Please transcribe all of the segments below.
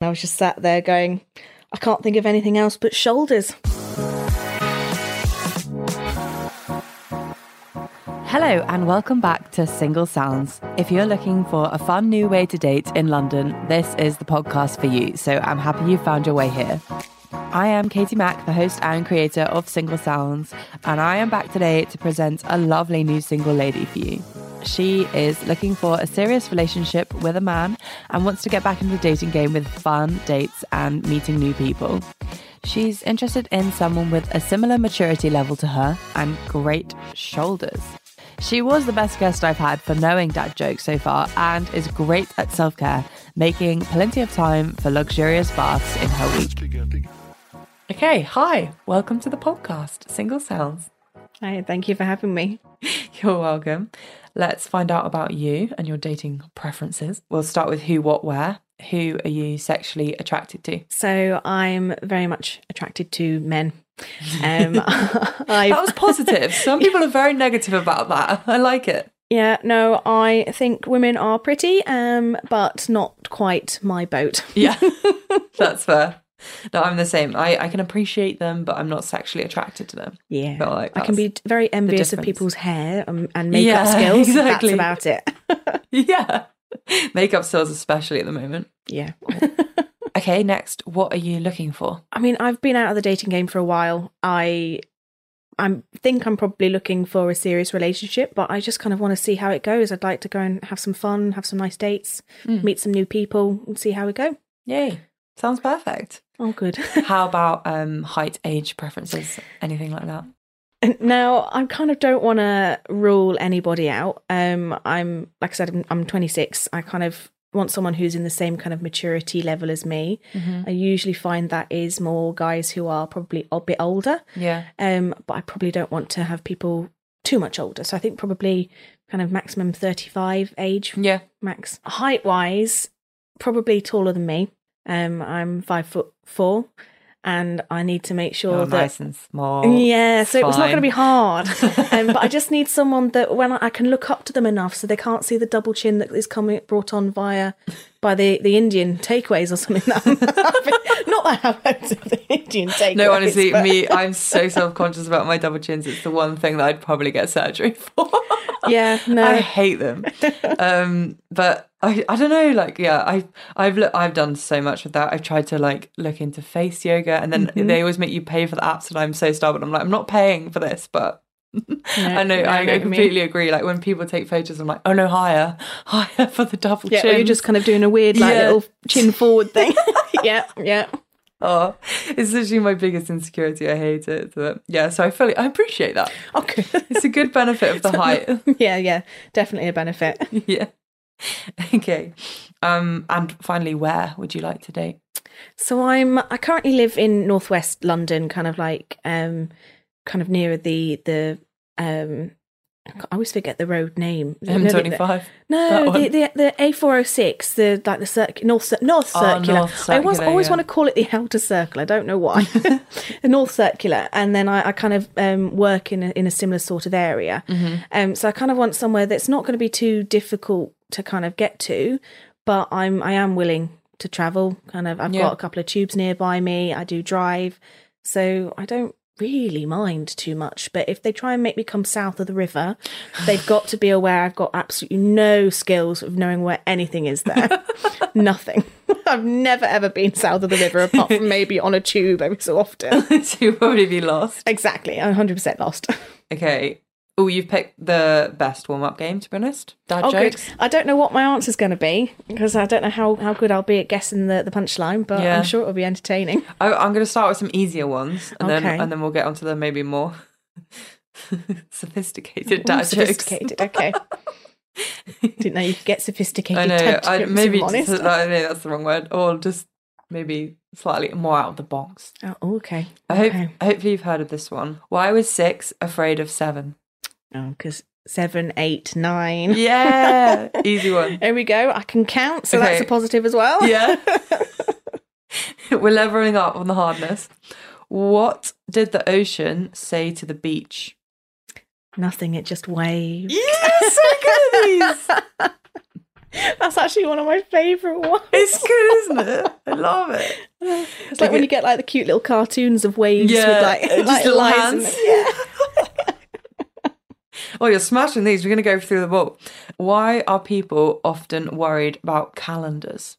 I was just sat there going, I can't think of anything else but shoulders. Hello, and welcome back to Single Sounds. If you're looking for a fun new way to date in London, this is the podcast for you. So I'm happy you found your way here. I am Katie Mack, the host and creator of Single Sounds, and I am back today to present a lovely new single lady for you. She is looking for a serious relationship with a man and wants to get back into the dating game with fun dates and meeting new people. She's interested in someone with a similar maturity level to her and great shoulders. She was the best guest I've had for knowing dad jokes so far and is great at self care, making plenty of time for luxurious baths in her week. Okay, hi, welcome to the podcast, Single Sounds. Hi, thank you for having me. You're welcome. Let's find out about you and your dating preferences. We'll start with who, what, where. Who are you sexually attracted to? So I'm very much attracted to men. Um, that was positive. Some people are very negative about that. I like it. Yeah, no, I think women are pretty, um, but not quite my boat. yeah, that's fair. No, I'm the same. I, I can appreciate them, but I'm not sexually attracted to them. Yeah, but like I can be very envious of people's hair and, and makeup yeah, skills. Exactly. That's about it. yeah, makeup skills especially at the moment. Yeah. okay, next, what are you looking for? I mean, I've been out of the dating game for a while. I I think I'm probably looking for a serious relationship, but I just kind of want to see how it goes. I'd like to go and have some fun, have some nice dates, mm. meet some new people, and see how we go. Yay. Sounds perfect. Oh, good. How about um, height, age preferences, anything like that? Now, I kind of don't want to rule anybody out. Um, I'm, like I said, I'm, I'm, 26. I kind of want someone who's in the same kind of maturity level as me. Mm-hmm. I usually find that is more guys who are probably a bit older. Yeah. Um, but I probably don't want to have people too much older. So I think probably kind of maximum 35 age. Yeah. Max. Height wise, probably taller than me. Um, I'm five foot four, and I need to make sure You're that nice and small. Yeah, so Fine. it was not going to be hard. um, but I just need someone that when I, I, can look up to them enough, so they can't see the double chin that is coming brought on via by the the Indian takeaways or something. That not that I have loads of the Indian takeaways. No, honestly, but... me, I'm so self conscious about my double chins. It's the one thing that I'd probably get surgery for. yeah, no, I hate them. Um, but I, I don't know like yeah I I've look, I've done so much with that I've tried to like look into face yoga and then mm-hmm. they always make you pay for the apps and I'm so stubborn I'm like I'm not paying for this but no, I know no, I, no, completely I mean. agree like when people take photos I'm like oh no higher higher for the double yeah, chin you're just kind of doing a weird like yeah. little chin forward thing yeah yeah Oh, it's literally my biggest insecurity. I hate it. So, yeah, so I fully I appreciate that. Okay, it's a Oh, good benefit of the height. Yeah, yeah, definitely a benefit. Yeah okay. Um, and finally, where would you like to date? So I'm. I currently live in northwest London, kind of like um, kind of near the the um. I always forget the road name. M25. No, the, the the A406, the like the circ- north north circular. Oh, north circular. I always yeah. always want to call it the outer circle. I don't know why. the north circular, and then I, I kind of um, work in a, in a similar sort of area. Mm-hmm. Um, so I kind of want somewhere that's not going to be too difficult to kind of get to, but I'm I am willing to travel. Kind of, I've yeah. got a couple of tubes nearby me. I do drive, so I don't really mind too much. But if they try and make me come south of the river, they've got to be aware I've got absolutely no skills of knowing where anything is there. Nothing. I've never ever been south of the river apart from maybe on a tube every so often. so you'll probably be lost. Exactly. I'm 100% lost. Okay. Oh, you've picked the best warm up game, to be honest. Dad oh, jokes. Good. I don't know what my answer's going to be because I don't know how, how good I'll be at guessing the, the punchline, but yeah. I'm sure it'll be entertaining. I, am going to start with some easier ones and, okay. then, and then we'll get onto the maybe more sophisticated dad Ooh, sophisticated, jokes. okay. Didn't know you could get sophisticated. I know. Dad I, jokes, maybe just, no, I know that's the wrong word. Or just maybe slightly more out of the box. Oh, okay. I hope okay. hopefully you've heard of this one. Why was six afraid of seven? Oh, because seven, eight, nine. Yeah, easy one. There we go. I can count, so okay. that's a positive as well. Yeah. We're leveling up on the hardness. What did the ocean say to the beach? Nothing. It just waved. Yes, yeah, so That's actually one of my favourite ones. It's good, isn't it? I love it. It's like, when you get like the cute little cartoons of waves Yeah, with like, just like little lines hands. in it. Yeah. Oh, you're smashing these. We're going to go through them all. Why are people often worried about calendars?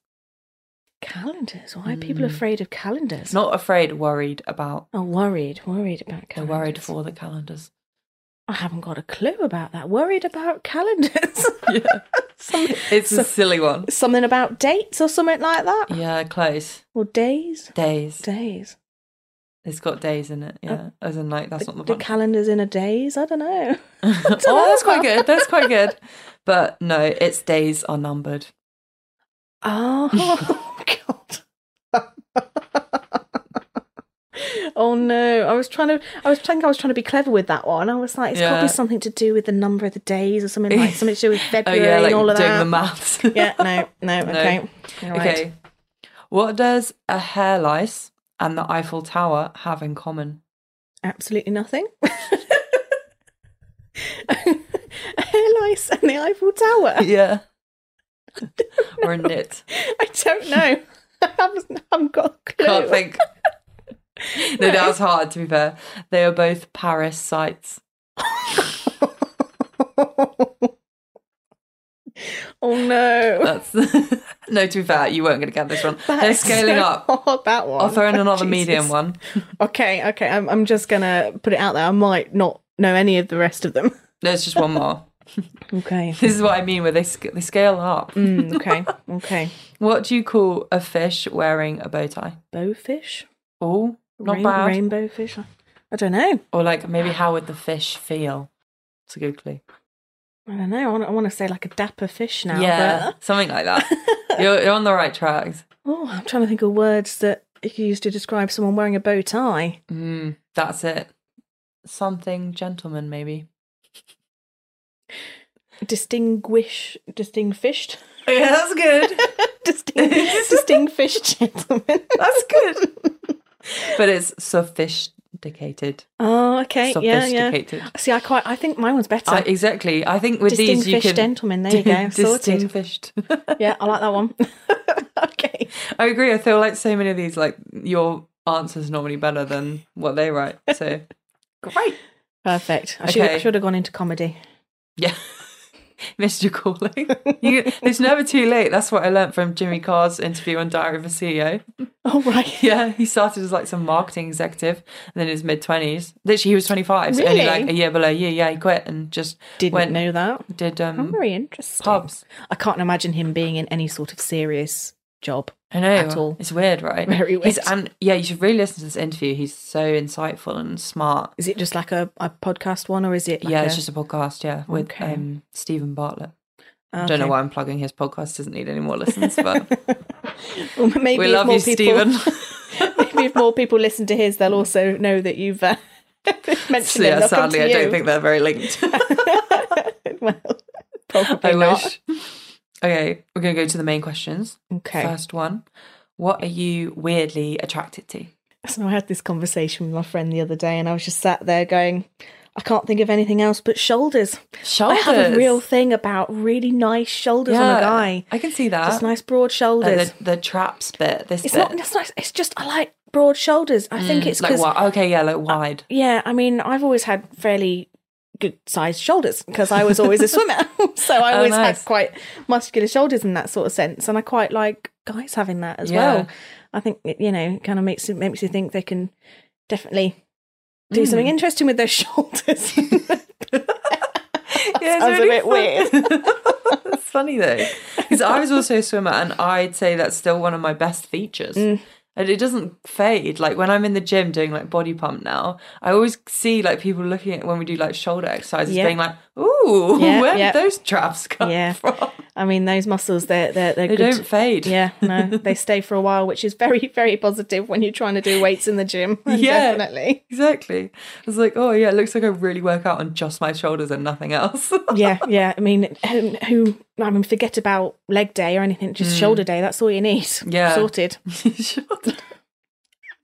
Calendars. Why are people Mm. afraid of calendars? Not afraid, worried about. I'm worried, worried about They're calendars. worried for the calendars. I haven't got a clue about that. Worried about calendars. Yeah. it's a silly one. something about dates or something like that. Yeah, close. Or days. Days. Days. It's got days in it. Yeah. As in, like, that's The, not the Uh, the one. calendars in a days. I don't know. oh, that's quite good. That's quite good. But no, its days are numbered. Oh, God. oh no! I was trying to. I was trying. I was trying to be clever with that one. I was like, it's Yeah. probably something to do with the number of the days or something like something to do with Oh, February yeah, like and all of doing that. the maths. yeah. No. No. Okay. All right. Okay. What does a hair lice and the Eiffel Tower have in common? Absolutely nothing. Hair lice and the Eiffel Tower. Yeah. or a knit. I don't know. I haven't, I haven't got a clue. Can't think. no, that was hard, to be fair. They are both Paris sites. Oh no. That's No, to be fair, you weren't going to get this one. That They're is scaling so up. hard, that one. I'll throw in another Jesus. medium one. Okay, okay. I'm, I'm just gonna put it out there. I might not know any of the rest of them. There's just one more. Okay. This is what I mean, where they, sc- they scale up. Mm, okay. Okay. What do you call a fish wearing a bow tie? Bowfish. Oh, not Rain- bad. Rainbow fish. I don't know. Or like maybe how would the fish feel? It's a good clue. I don't know. I want, I want to say like a dapper fish now. yeah, But, something like that. you're, you're on the right tracks. oh, I'm trying to think of words that you could use to describe someone wearing a bow tie. Mm, that's it. Something gentleman, maybe. Distinguish. Distinguished. Yeah, that's good. Distinguished. distinguished gentlemen. that's good. but it's sophisticated. Oh, okay. Yeah, yeah. Sophisticated. See, I quite. I think mine was better. I- exactly. I think with these you distinguished could gentlemen. There you go. Sorted. distinguished. Yeah, I like that one. okay. I agree. I feel like so many of these, like your answer's normally better than what they write. So great. Perfect. I should, Okay. should have gone into comedy. Yeah. Missed your calling. You, it's never too late. That's what I learnt from Jimmy Carr's interview on Diary of a CEO. Oh, right. Yeah, he started as like some marketing executive and then his mid 20s. Literally, he was 25, so only Really? like a year below you. Yeah, he quit and just Didn't went know Oh, that. did I'm um, very interesting. pubs. I can't imagine him being in any sort of serious job. I know. At all. It's weird, right? Very He's, weird. and yeah, you should really listen to this interview. He's so insightful and smart. Is it just like a, a podcast one or is it like yeah, a- it's just a podcast, yeah, with Okay. um, Stephen Bartlett. I Okay. don't know why I'm plugging his podcast. Doesn't need any more listens, but Well, maybe we if love more you, people, Stephen. maybe if more people listen to his, they'll also know that you've uh, mentioned So, him. yeah, They'll come sadly, to I you. don't think they're very linked. well, probably I not. wish. Okay, we're going to go to the main questions. Okay. First one What are you weirdly attracted to? So I had this conversation with my friend the other day, and I was just sat there going, I can't think of anything else but shoulders. Shoulders. I have a real thing about really nice shoulders on a guy. I can see that. Just nice broad shoulders. Like the, the traps bit, this it's bit. not it's nice. It's just I like broad shoulders. I think it's Mm, like because wide. Okay, yeah, like wide. yeah. I mean, I've always had fairly good sized shoulders because I was always a swimmer, so I Oh, always nice. had quite muscular shoulders in that sort of sense, and I quite like guys having that as Yeah. well. I think it, you know, kind of makes you- makes you think they can definitely do Hmm. something interesting with their shoulders. yeah, sounds a bit weird. it's funny though, because I was also a swimmer, and I'd say that's still one of my best features. Mm. And it doesn't fade. Like when I'm in the gym doing like body pump now, I always see like people looking at when we do like shoulder exercises, Yeah. being like, "Ooh, Yeah, where yeah. did those traps come Yeah. from? I mean, those muscles they're they're, they're They good. don't fade." yeah, no, they stay for a while, which is very, very positive when you're trying to do weights in the gym. Yeah. definitely. Exactly. I was like, oh yeah, it looks like I really work out on just my shoulders and nothing else. yeah, yeah. I mean, who, who? I mean, forget about Mm. leg day or anything. Just shoulder day. That's all you need. Yeah. sorted. Shoulders.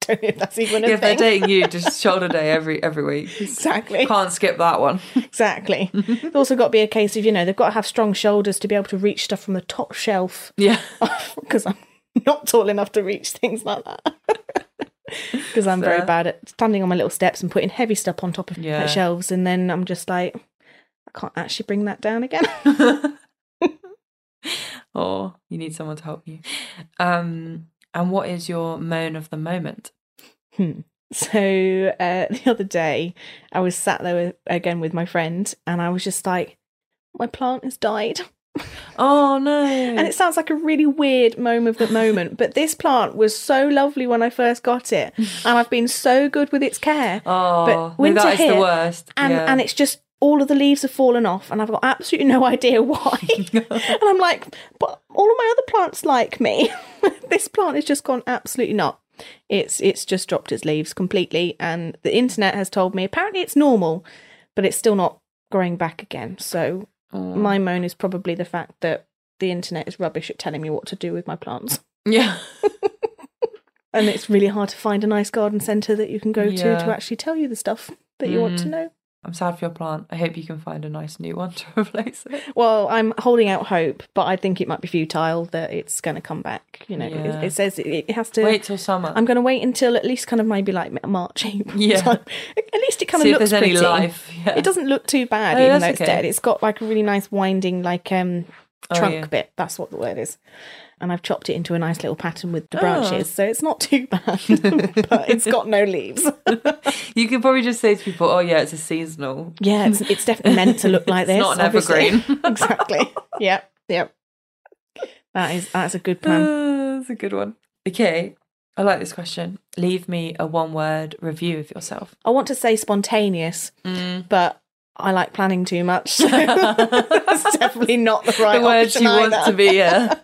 don't know if that's even a Yeah, if they're thing. dating you, just shoulder day every every week. Exactly. Can't skip that one. Exactly. it's also got to be a case of, you know, they've got to have strong shoulders to be able to reach stuff from the top shelf Yeah. because I'm not tall enough to reach things like that. Because I'm very Fair. bad at standing on my little steps and putting heavy stuff on top of Yeah. like, shelves. And then I'm just like, I can't actually bring that down again. Or you need someone to help you. Um and what is your moan of the moment? So uh, the other day, I was sat there again with my friend, and I was just like, "My plant has died," Oh no. and it sounds like a really weird moment of the moment. But this plant was so lovely when I first got it, and I've been so good with its care. oh but no, winter that is the hit, worst. And yeah. and it's just all of the leaves have fallen off, and I've got absolutely no idea why. and I'm like, "But all of my other plants like me. this plant has just gone absolutely not." It's it's just dropped its leaves completely, and the internet has told me apparently it's normal but it's still not growing back again. So Oh. my moan is probably the fact that the internet is rubbish at telling me what to do with my plants. Yeah. And it's really hard to find a nice garden centre that you can go to Yeah. to actually tell you the stuff that you want to Mm. know. I'm sad for your plant. I hope you can find a nice new one to replace it. Well, I'm holding out hope, but I think it might be futile that it's going to come back. You know, It- Yeah. it, says it, it has to. Wait till summer. I'm going to wait until at least kind of maybe like March, April. Yeah. time. At least it kind See of if looks there's any pretty. life. Yeah. It doesn't look too bad, Oh, even that's though it's okay. dead. It's got like a really nice winding, like um, Oh, trunk yeah. bit. That's what the word is. And I've chopped it into a nice little pattern with the Oh. branches, so it's not too bad. but it's got no leaves. You could probably just say to people, "Oh yeah, it's a seasonal." Yeah, it's, it's definitely meant to look like It's this. not an obviously. evergreen. exactly. Yep. Yep. That is that's a good plan. Ah, That's a good one. Okay, I like this question. Leave me a one-word review of yourself. I want to say spontaneous, Mm. but I like planning too much. So that's definitely not the right The words option you want either. to be. Yeah.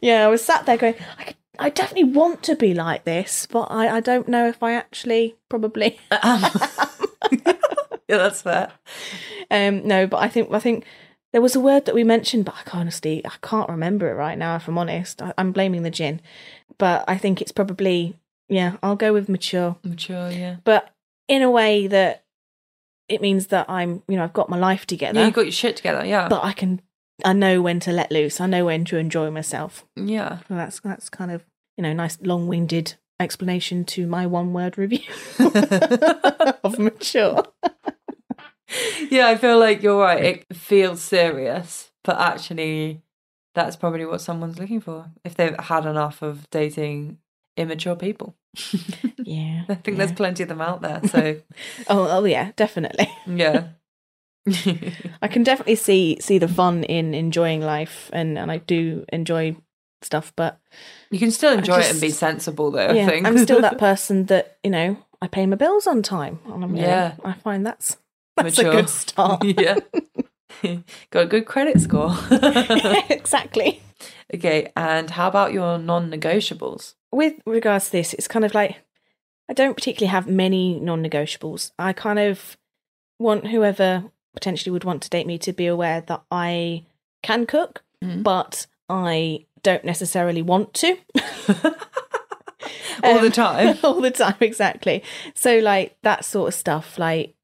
Yeah, I was sat there going, I, could, I definitely want to be like this, but I, I don't know if I actually probably. yeah, that's fair. Um, no, but I think I think there was a word that we mentioned, but I can't, honestly I can't remember it right now. If I'm honest, I, I'm blaming the gin, but I think it's probably yeah. I'll go with mature, Mature. Yeah. but in a way that it means that I'm you know I've got my life together, Yeah, you got your shit together. Yeah. but I can I know when to let loose. I know when to enjoy myself. yeah. Well, that's that's kind of you know nice long-winded explanation to my one-word review of mature. Yeah, I feel like you're right. It feels serious, but actually, that's probably what someone's looking for if they've had enough of dating immature people. Yeah, I think yeah. there's plenty of them out there. So, oh oh yeah, definitely. yeah. I can definitely see see the fun in enjoying life, and and I do enjoy stuff, but You can still enjoy it and be just- sensible, though, I yeah, think. I'm still that person that you know I pay my bills on time, and I'm yeah, Yeah. I find that's that's Mature. a good start. yeah. Got a good credit score. exactly. okay. And how about your non negotiables? with regards to this, it's kind of like I don't particularly have many non negotiables. I kind of want whoever potentially would want to date me to be aware that I can cook, Mm. but I don't necessarily want to. All the Um, time. all the time, exactly. So, like, that sort of stuff, like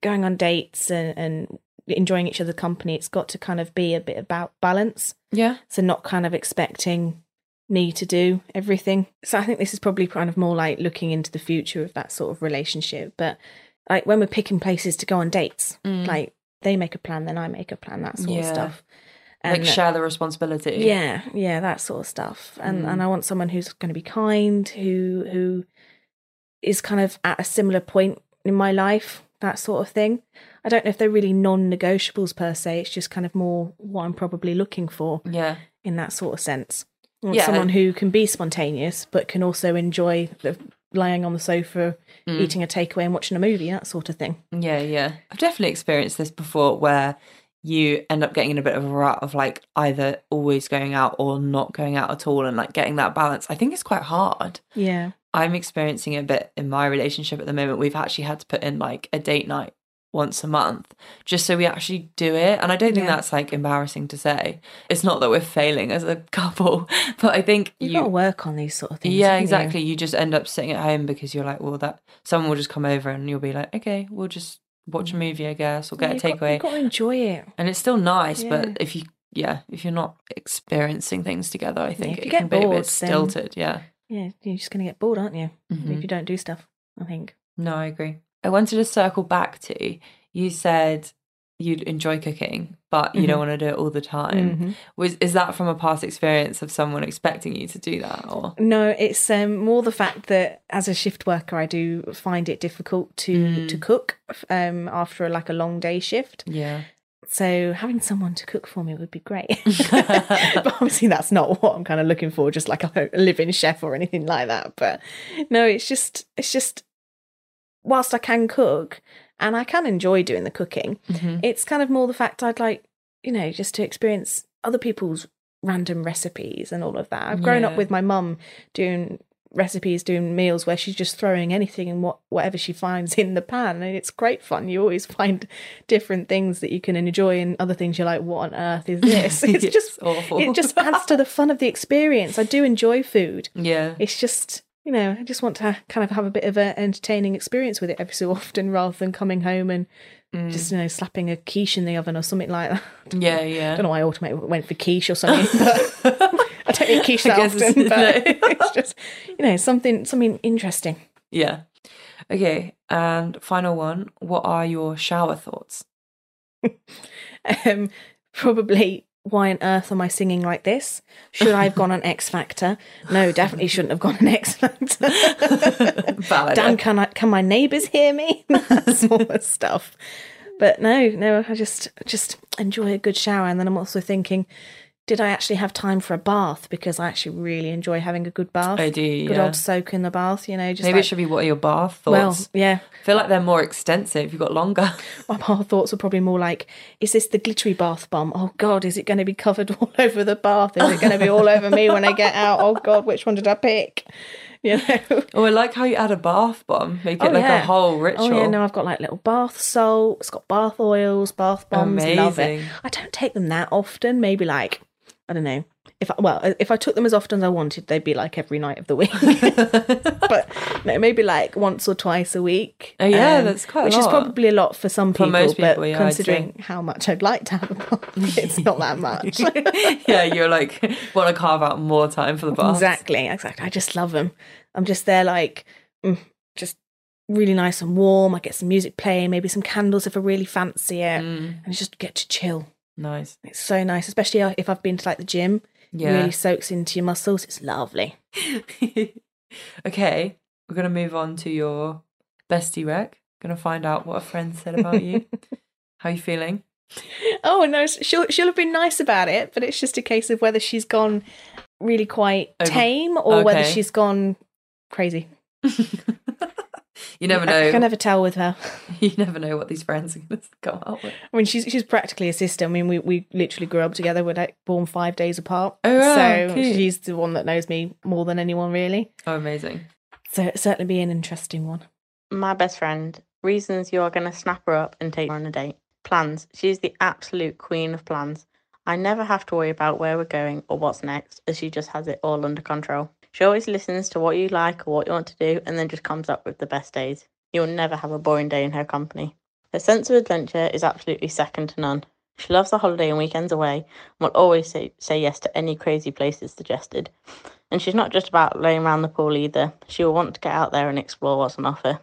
going on dates and, and enjoying each other's company, it's got to kind of be a bit about balance. Yeah. So not kind of expecting me to do everything. So I think this is probably kind of more like looking into the future of that sort of relationship. But like when we're picking places to go on dates, like they make a plan, then I make a plan, that sort of Yeah. stuff. like share the responsibility. yeah, yeah, that sort of stuff. And Mm. and I want someone who's going to be kind, who who is kind of at a similar point in my life, that sort of thing. I don't know if they're really non-negotiables per se. It's just kind of more what I'm probably looking for Yeah. in that sort of sense. I want Yeah. Someone who can be spontaneous but can also enjoy the, lying on the sofa, Mm. eating a takeaway and watching a movie, that sort of thing. Yeah, yeah. I've definitely experienced this before where you end up getting in a bit of a rut of like either always going out or not going out at all and like getting that balance. I think it's quite hard. Yeah. I'm experiencing it a bit in my relationship at the moment. We've actually had to put in like a date night once a month just so we actually do it and i don't think Yeah. that's like embarrassing to say it's not that we're failing as a couple but i think You've you- got to work on these sort of things. yeah haven't you? exactly you? just end up sitting at home because you're like well that someone will just come over and you'll be like okay we'll just watch a movie i guess or get Mm. You've a got- takeaway You've got to enjoy it. and it's still nice Yeah. but if you yeah if you're not experiencing things together i if think it you can get be a bored, bit then- stilted yeah Yeah, you're just going to get bored, aren't you? Mhm. If you don't do stuff, I think. No, I agree. I wanted to circle back to you said you'd enjoy cooking, but Mm-hmm. you don't want to do it all the time. Was is that from a past experience of someone expecting you to do that or No, it's um, more the fact that as a shift worker, I do find it difficult to to cook um, after like a long day shift. yeah. So having someone to cook for me would be great. but obviously, that's not what I'm kind of looking for. Just like a living chef or anything like that. But no, it's just it's just whilst I can cook and I can enjoy doing the cooking, it's kind of more the fact I'd like you know just to experience other people's random recipes and all of that. I've grown up Yeah. with my mum doing recipes doing meals where she's just throwing anything and what whatever she finds in the pan and it's great fun you always find different things that you can enjoy and other things you're like what on earth is this it's It's just awful. it just adds to the fun of the experience i do enjoy food Yeah. it's just you know i just want to kind of have a bit of an entertaining experience with it every so often rather than coming home and just you know slapping a quiche in the oven or something like that Yeah, i yeah. don't know why i automatically went for quiche or something but i don't eat quiche I that guess it's- often but no. it's just you know something something interesting Yeah. Okay. And final one, what are your shower thoughts? um, probably why on earth am I singing like this? Should I have gone on X Factor? No, definitely shouldn't have gone on X Factor. Valid. Damn, can I, can my neighbours hear me? that sort of stuff. But no, no, I just just enjoy a good shower, and then I'm also thinking, did I actually have time for a bath? Because I actually really enjoy having a good bath. I do, Good yeah. old soak in the bath, you know. Just Maybe like- it should be what are your bath well, thoughts? yeah. I feel like they're more extensive. You've got longer. my bath thoughts were probably more like, is this the glittery bath bomb? Oh God, is it going to be covered all over the bath? Is it going to be all over me when I get out? Oh God, which one did I pick? You know. Oh, I like how you add a bath bomb, make it Oh, like yeah. a whole ritual. Oh yeah, no, I've got like little bath salt. It's got bath oils, bath bombs. Love it. Amazing. I don't take them that often. Maybe like I don't know. If I, well, if I took them as often as I wanted, they'd be like every night of the week. but no, maybe like once or twice a week. Um, Oh, yeah, that's quite a which is lot. probably a lot for some people. most people, but yeah, I'd considering how much I'd like to have a bath, it's not that much. yeah, you're like want to carve out more time for the bath. Exactly, exactly. I just love them. I'm just there, like, mm, just really nice and warm. I get some music playing, maybe some candles if I really fancy it, Mm. and I just get to chill. Nice. It's so nice, especially uh, if I've been to like the gym. It Yeah. Really soaks into your muscles. It's lovely. okay, we're gonna move on to your bestie rec. Gonna find out what a friend said about you. How you feeling? Oh no, she'll she'll have been nice about it, but it's just a case of whether she's gone really quite Over- tame or whether Okay. she's gone crazy. You never I know. can never tell with her. You never know what these friends are gonna come out with. I mean, she's she's practically a sister. I mean, we, we literally grew up together. We're like born five days apart. Oh, right, so cute. she's the one that knows me more than anyone really. Oh, amazing. So it'll certainly be an interesting one. My best friend. Reasons you are going to snap her up and take her on a date. Plans. She's the absolute queen of plans. I never have to worry about where we're going or what's next, as she just has it all under control. She always listens to what you like or what you want to do and then just comes up with the best days. You'll never have a boring day in her company. Her sense of adventure is absolutely second to none. She loves a holiday and weekends away and will always say, say yes to any crazy places suggested. And she's not just about laying around the pool either. She will want to get out there and explore what's on offer.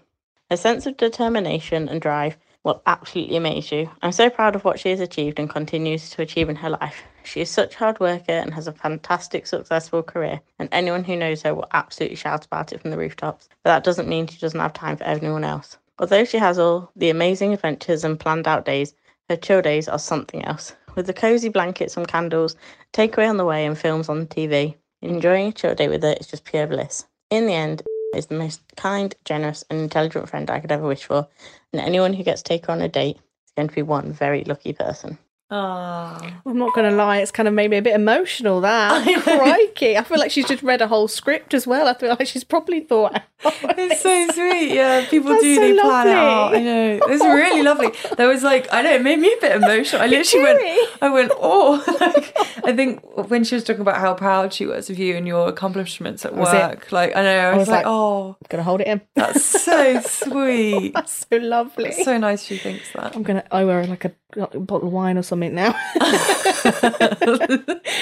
Her sense of determination and drive will absolutely amaze you. I'm so proud of what she has achieved and continues to achieve in her life. She is such a hard worker and has a fantastic, successful career, and anyone who knows her will absolutely shout about it from the rooftops. But that doesn't mean she doesn't have time for everyone else. Although she has all the amazing adventures and planned out days, her chill days are something else. With the cozy blankets and candles, takeaway on the way, and films on TV, enjoying a chill day with her is just pure bliss. In the end, is the most kind, generous, and intelligent friend I could ever wish for, and anyone who gets to take her on a date is going to be one very lucky person. Oh. I'm not going to lie, it's kind of made me a bit emotional. That crikey, I feel like she's just read a whole script as well. I feel like she's probably thought. "Oh, It's so sweet. Yeah, people That's do. so they plan it out. lovely. I know. It's really lovely. There was like, I know, it made me a bit emotional. I literally went, teary. I went, oh. Like, I think when she was talking about how proud she was of you and your accomplishments at was it. work, like, I know, I was, was like, like- oh, Gonna hold it in. that's so sweet. That's so lovely. It's so nice she thinks that. I'm gonna owe her like a bottle of wine or something now.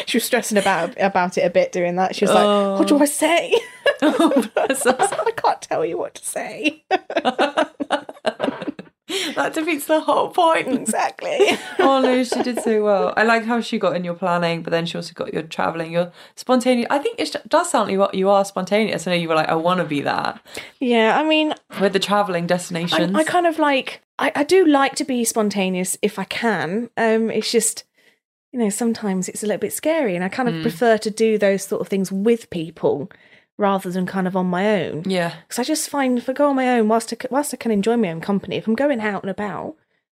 she was stressing about about it a bit doing that. She was like, "What Oh. do I say? I can't tell you what to say." that defeats the whole point. exactly. oh no, she did so well. I like how she got in your planning, but then she also got your traveling, your spontaneous. I think it does sound like what you are spontaneous. I know you were like, I want to be that Yeah, I mean, with the traveling I, destinations. I kind of like I, I do like to be spontaneous if I can. Um, it's just you know sometimes it's a little bit scary, and I kind of Hmm. prefer to do those sort of things with people rather than kind of on my own. yeah, Because I just find if I go on my own, whilst I, c- whilst I can enjoy my own company, if I'm going out and about,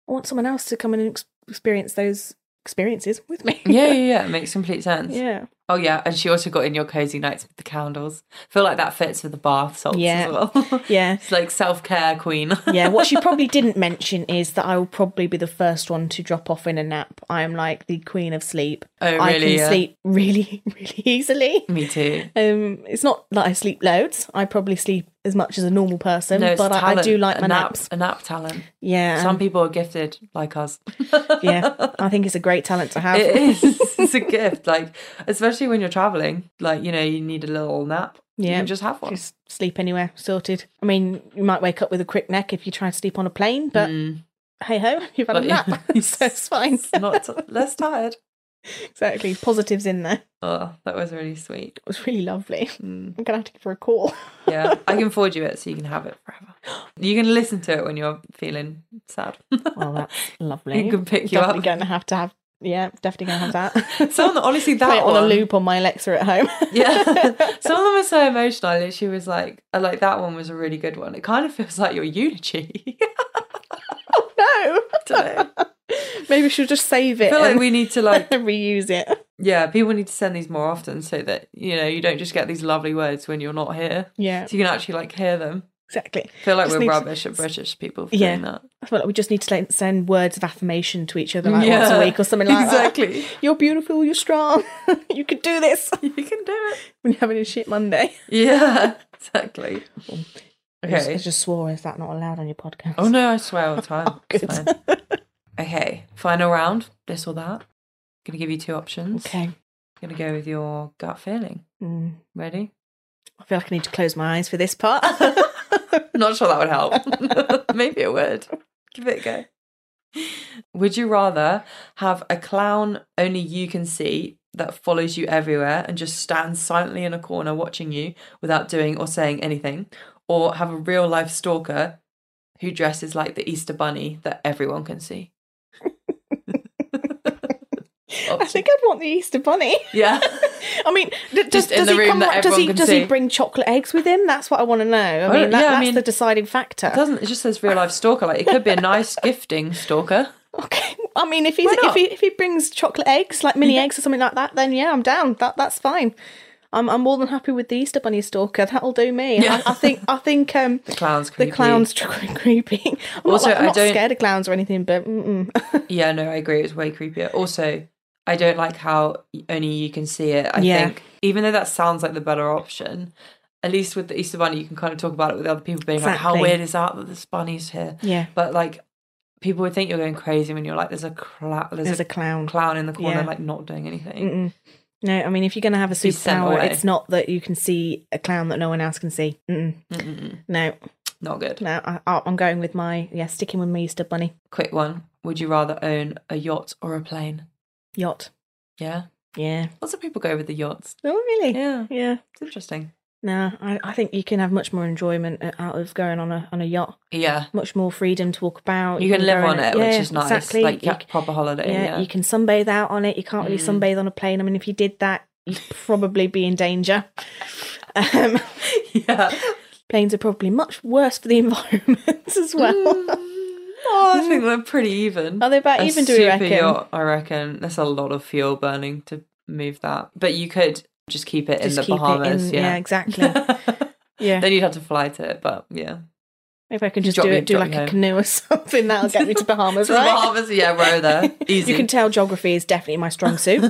I want someone else to come in and ex- experience those experiences with me. yeah, yeah, yeah. It makes complete sense. yeah. Oh yeah, and she also got in your cozy nights with the candles. feel like that fits with the bath salts Yeah. as well. Yeah. it's like self care queen. Yeah, what she probably didn't mention is that I will probably be the first one to drop off in a nap. I am like the queen of sleep. Oh, I really, can yeah. sleep really, really easily. Me too. Um, it's not that I sleep loads. I probably sleep as much as a normal person, No, it's but I, I talent, do like a my nap, naps. A nap talent. Yeah, Some people are gifted like us. yeah. I think it's a great talent to have. It is. It's a gift. Like, especially when you're traveling, like, you know, you need a little nap. You Yeah. can just have one. just sleep anywhere, sorted. I mean, you might wake up with a crick neck if you try and sleep on a plane, but hey ho, you've had Mm. But a yeah, nap, so it's fine. It's not t- less tired. exactly, positives in there. It Oh, that was really sweet. Mm. was really lovely. I'm gonna have to give her a call. Yeah. I can forward you it so you can have it forever. You can listen to it when you're feeling sad. Well, that's lovely. It can pick you definitely up. Gonna have to have. Yeah, definitely gonna have that. Some of them- honestly, that Play it on one, a loop on my Alexa at home. Yeah, some of them are so emotional. I literally was like, I like that one was a really good one. It kind of feels like your eulogy. Oh, no, Dunno. maybe she'll just save I it feel like and we need to like reuse it. yeah, people need to send these more often so that you know you don't just get these lovely words when you're not here. Yeah. so you can actually like hear them. Exactly. I feel like Just we're need to- rubbish at British people for Yeah. doing that. I feel like we just need to like, send words of affirmation to each other like once Yeah, a week or something like that. exactly. You're beautiful. You're strong. you can do this. You can do it. When you're having a shit Monday. Yeah, exactly. I Okay. just swore. Is that not allowed on your podcast? Oh no, I swear all the time. It's good. fine. Okay, final round. This or that. Gonna give you two options. Okay. Gonna go with your gut feeling. Mm. Ready? I feel like I need to close my eyes for this part. Not sure that would help. Maybe it would. Give it a go. Would you rather have a clown only you can see that follows you everywhere and just stands silently in a corner watching you without doing or saying anything, or have a real life stalker who dresses like the Easter Bunny that everyone can see? I think I'd want the Easter Bunny. yeah. I mean, d- does, Just in does the he room come? that does everyone he can does see. he bring chocolate eggs with him? That's what I want to know. I Oh, mean, that, yeah, I that's mean- the deciding factor. It doesn't. It just says real life stalker. Like it could be a nice gifting stalker. Okay. I mean, if he's Why not? if he if he brings chocolate eggs, like mini eggs or something like that, then yeah, I'm down. That that's fine. I'm I'm more than happy with the Easter Bunny stalker. That'll do me. Yeah. I, I think I think um Clown's the creepy. clowns tr- creepy. I'm Also, not, like, I'm I not don't- scared of clowns or anything, but mm-mm. Yeah, no, I agree. It's way creepier. Also, I don't like how only you can see it. I Yeah. think even though that sounds like the better option, at least with the Easter Bunny, you can kind of talk about it with other people being like, "How Exactly. weird is that that this bunny's here?" Yeah. But like, people would think you're going crazy when you're like, "There's a cla- there's, there's a, a clown. clown in the corner, Yeah. like not doing Mm-mm. anything." No, I mean, if you're going to have a Be sent superpower, away. it's not that you can see a clown that no one else can see. Mm-mm. Mm-mm. No, Not good. No, I, I- I'm going with my yeah, sticking with my Easter bunny Quick one. Would you rather own a yacht or a plane? yacht. Yeah, Yeah. lots of people go with the yachts. Oh, really? Yeah, Yeah. it's interesting. No, I, I think you can have much more enjoyment uh, out of going on a on a yacht. Yeah, Much more freedom to walk about. you, can, live go on in it, which yeah, is nice. Exactly. Like You yeah, proper holiday. c- yeah, yeah. Mm. you can sunbathe out on it. You can't really sunbathe on a plane. I mean, if you did that, you'd probably be in danger. Um, yeah. planes are probably much worse for the environment as well. Oh, Mm, I think they're pretty even. Are they about even, do we super reckon? yacht, I reckon there's a lot of fuel burning to move that, but you could just keep it in Just the keep Bahamas. it in. yeah, exactly. Yeah. then you'd have to fly to it, but yeah, Maybe I can just Drop do me- it, do drop like me a home. canoe or something. That'll get me to Bahamas, to the right? Bahamas. Yeah, row there, easy. You can tell geography is definitely my strong suit.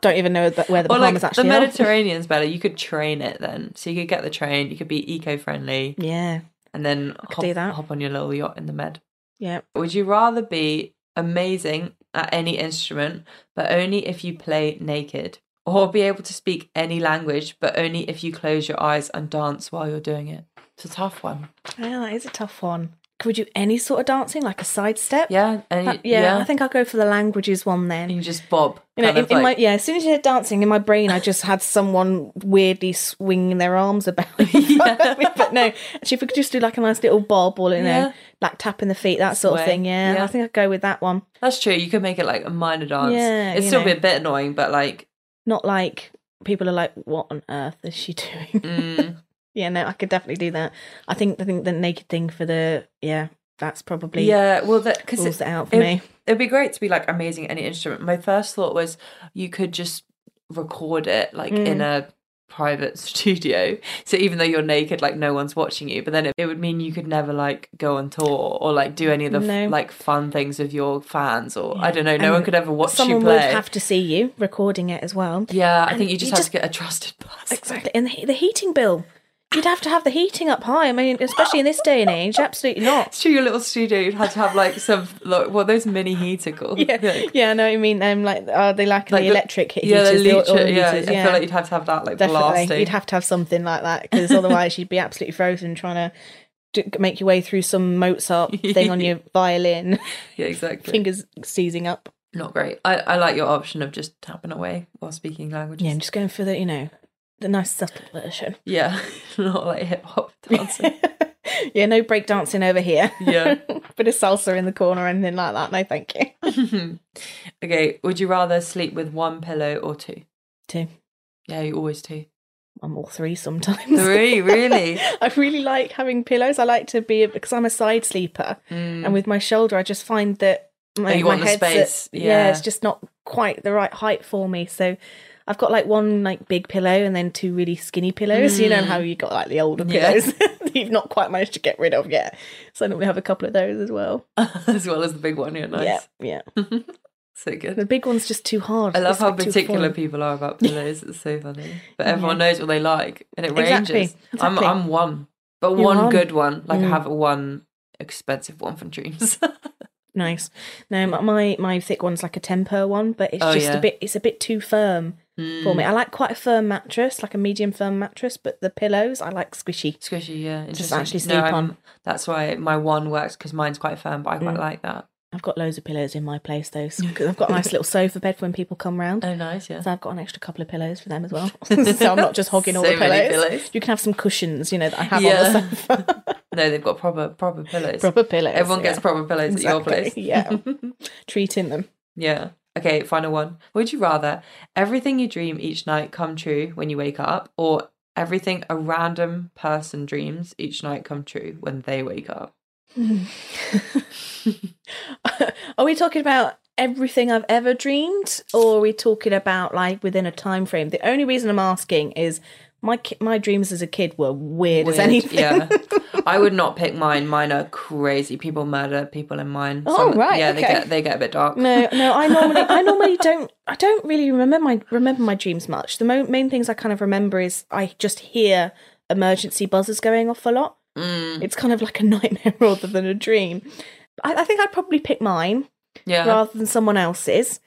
Don't even know that- where the or like Bahamas the actually are. Mediterranean's better. You could train it then, so you could get the train. You could be eco-friendly, Yeah, and then could hop, do that. hop on your little yacht in the Med. yeah. Would you rather be amazing at any instrument, but only if you play naked? Or be able to speak any language, but only if you close your eyes and dance while you're doing it? It's a tough one. Well, that is a tough one. Could we do any sort of dancing, like a sidestep? Yeah. And Uh, yeah, I think I'll go for the languages one then. and you just bob. You know, kind in, of in my like- yeah, as soon as you said dancing, in my brain, I just had someone weirdly swinging their arms about. in front of me. But no, actually, if we could just do like a nice little bob or you know, Yeah. like tapping the feet, that sort of Sway. thing. Yeah, Yeah. I think I'd go with that one. That's true. You could make it like a minor dance. Yeah, It'd you still be know. a bit annoying, but like, Not like people are like, "What on earth is she doing?" mm, yeah, no, I could definitely do that. I think I think the naked thing for the yeah, that's probably yeah. Well, because rules it, out for it- me. it'd be great to be like amazing at any instrument. My first thought was you could just record it like Mm. in a private studio. So even though you're naked, like no one's watching you, but then it, it would mean you could never like go on tour or like do any of the f- No. like fun things with your fans or I don't know. No And one could ever watch you Someone play. would have to see you recording it as well. yeah, I and think you you just have just- to get a trusted person. Exactly. And the, he- the heating bill. You'd have to have the heating up high. I mean, especially in this day and age, absolutely not. It's true, your little studio, you'd have to have like some, like, what are those mini heater called? Yeah, Like, yeah, I know what you mean. Um, like, are they like, like the electric heaters? Yeah, the the oil- electric- oil yeah, heaters, I feel like you'd have to have that like definitely. blasting. You'd have to have something like that because otherwise you'd be absolutely frozen trying to d- make your way through some Mozart thing on your violin, yeah, exactly. fingers seizing up. Not great. I, I like your option of just tapping away while speaking languages. Yeah, I'm just going for the, you know, the nice subtle version. Yeah, not like hip hop dancing. yeah, no break dancing over here. Yeah. Bit of salsa in the corner or anything like that. No, thank you. okay, would you rather sleep with one pillow or two? Two. Yeah, you always two. I'm all three sometimes. Three, really? I really like having pillows. I like to be because I'm a side sleeper, and with my shoulder, I just find that my, Mm. Oh, you my want the head's at- space, yeah. yeah. it's just not quite the right height for me. So I've got like one like big pillow and then two really skinny pillows. You know how you got like the older Mm. Yeah. pillows that you've not quite managed to get rid of yet. So I normally have a couple of those as well. as well as the big one, yeah, nice. Yeah, yeah. So The good. big one's just too hard. I love It's, how like, too particular full. people are about pillows. It's so funny. But everyone knows what they like and it Exactly, ranges. I'm, exactly. I'm one, but You're one one. Mm. good one. Like I have one expensive one from Dreams. Nice. No, my- my my thick one's like a temper one, but it's Oh, just yeah. a bit. It's a bit too firm for me. I like quite a firm mattress, like a medium firm mattress, but the pillows I like squishy. Squishy, yeah. interesting. actually sleep I'm- on. Mm. That's why my one works because mine's quite firm, but I quite like that. I've got loads of pillows in my place though, because I've got a nice little sofa bed for when people come round. Oh, nice, yeah. So I've got an extra couple of pillows for them as well. so I'm not just hogging all So the many pillows. pillows. You can have some cushions, you know, that I have on Yeah. the sofa. No, they've got proper proper pillows. Proper pillows. Everyone yeah. gets proper pillows at your Exactly, place. yeah. Treating them. Yeah. Okay, final one. Would you rather everything you dream each night come true when you wake up, or everything a random person dreams each night come true when they wake up? Are we talking about everything I've ever dreamed, or are we talking about like within a time frame? The only reason I'm asking is my ki- my dreams as a kid were weird, as Weird, anything. Yeah. I would not pick mine. Mine are crazy. People murder people in mine. Oh, right, Yeah, they okay. get they get a bit dark. No, no. I normally, I normally don't, I don't really remember my remember my dreams much. The mo- main things I kind of remember is I just hear emergency buzzers going off a lot. Mm. It's kind of like a nightmare rather than a dream. I, I think I'd probably pick mine Yeah. rather than someone else's.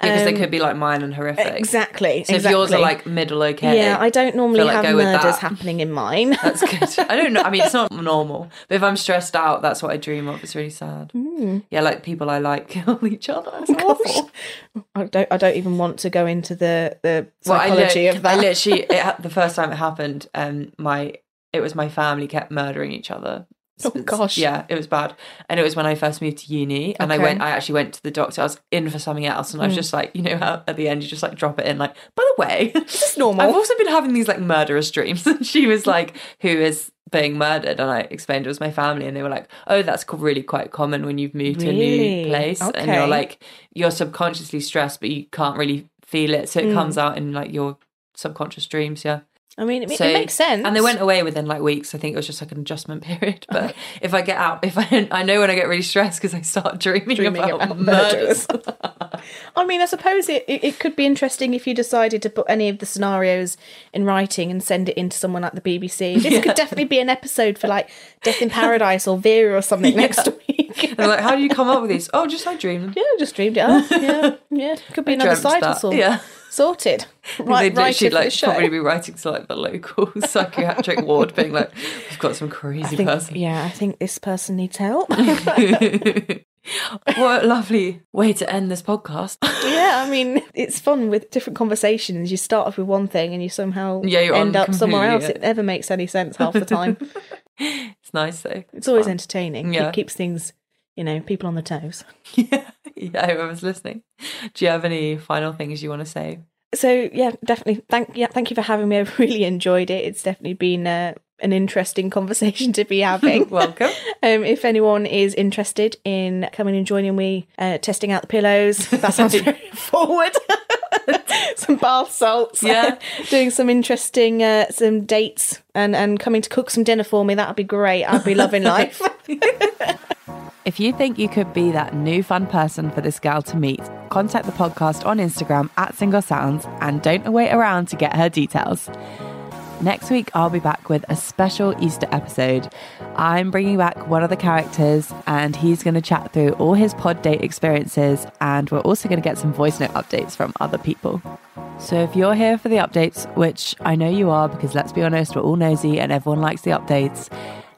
because they Um, could be like mine and horrific. Exactly. So if exactly. yours are like middle okay. Yeah, I don't normally like go have with murders that. happening in mine. That's good. I don't know. I mean, it's not normal, but if I'm stressed out, that's what I dream of. It's really sad. Mm. Hmm. Yeah, like people I like kill each other. It's awful. I don't. I don't even want to go into the the Well, I, psychology lit- of that. I literally, it, ha- the first time it happened, um, my it was my family kept murdering each other Oh, gosh. Yeah, it was bad. And it was when I first moved to uni and I Okay. Mm. went I actually went to the doctor. I was in for something else and I was just like, you know how at the end you just like drop it in like, by the way, This is normal. I've also been having these like murderous dreams. And she was like, Who is being murdered? And I explained it was my family. And they were like, Oh, that's co- really quite common when you've moved to a Really? new place. And Okay. you're like, you're subconsciously stressed, but you can't really feel it. So it Mm. comes out in like your subconscious dreams. Yeah. I mean, it, ma- So- it makes sense. And they went away within like weeks. I think it was just like an adjustment period. But if I get out, if I, I know when I get really stressed because I start dreaming, Dreaming about, about murders. I mean, I suppose it, it, it could be interesting if you decided to put any of the scenarios in writing and send it in to someone like the BBC. This could definitely be an episode for like Death in Paradise or Vera or something next week. And they're like, How do you come up with these? Oh, just I dream. yeah, just dreamed it up. Yeah, yeah. Could be another dreamt side that. hustle. Yeah. Sorted. They'd Right, right. literally Like, like the show. probably be writing to like the local psychiatric ward, being like, "We've got some crazy I think- person." yeah, I think this person needs help. what a lovely way to end this podcast. yeah, I mean, it's fun with different conversations. You start off with one thing and you somehow Yeah, you're end on up somewhere else. completely, It never makes any sense half the time. it's nice though. It's always entertaining. Yeah. It keeps things, you know, people on the toes. yeah, yeah. Whoever's listening, do you have any final things you want to say? So yeah, definitely. Thank yeah, thank you for having me. I've really enjoyed it. It's definitely been uh, an interesting conversation to be having. Welcome. Um, if anyone is interested in coming and joining me, uh, testing out the pillows, that sounds very forward. some bath salts, Yeah. doing some interesting uh, some dates, and and coming to cook some dinner for me. That'd be great. I'd be loving life. If you think you could be that new fun person for this gal to meet, contact the podcast on Instagram at Single Sounds and don't wait around to get her details. Next week, I'll be back with a special Easter episode. I'm bringing back one of the characters and he's going to chat through all his pod date experiences and we're also going to get some voice note updates from other people. So if you're here for the updates, which I know you are because let's be honest, we're all nosy and everyone likes the updates,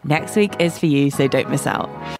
next week is for you, so don't miss out.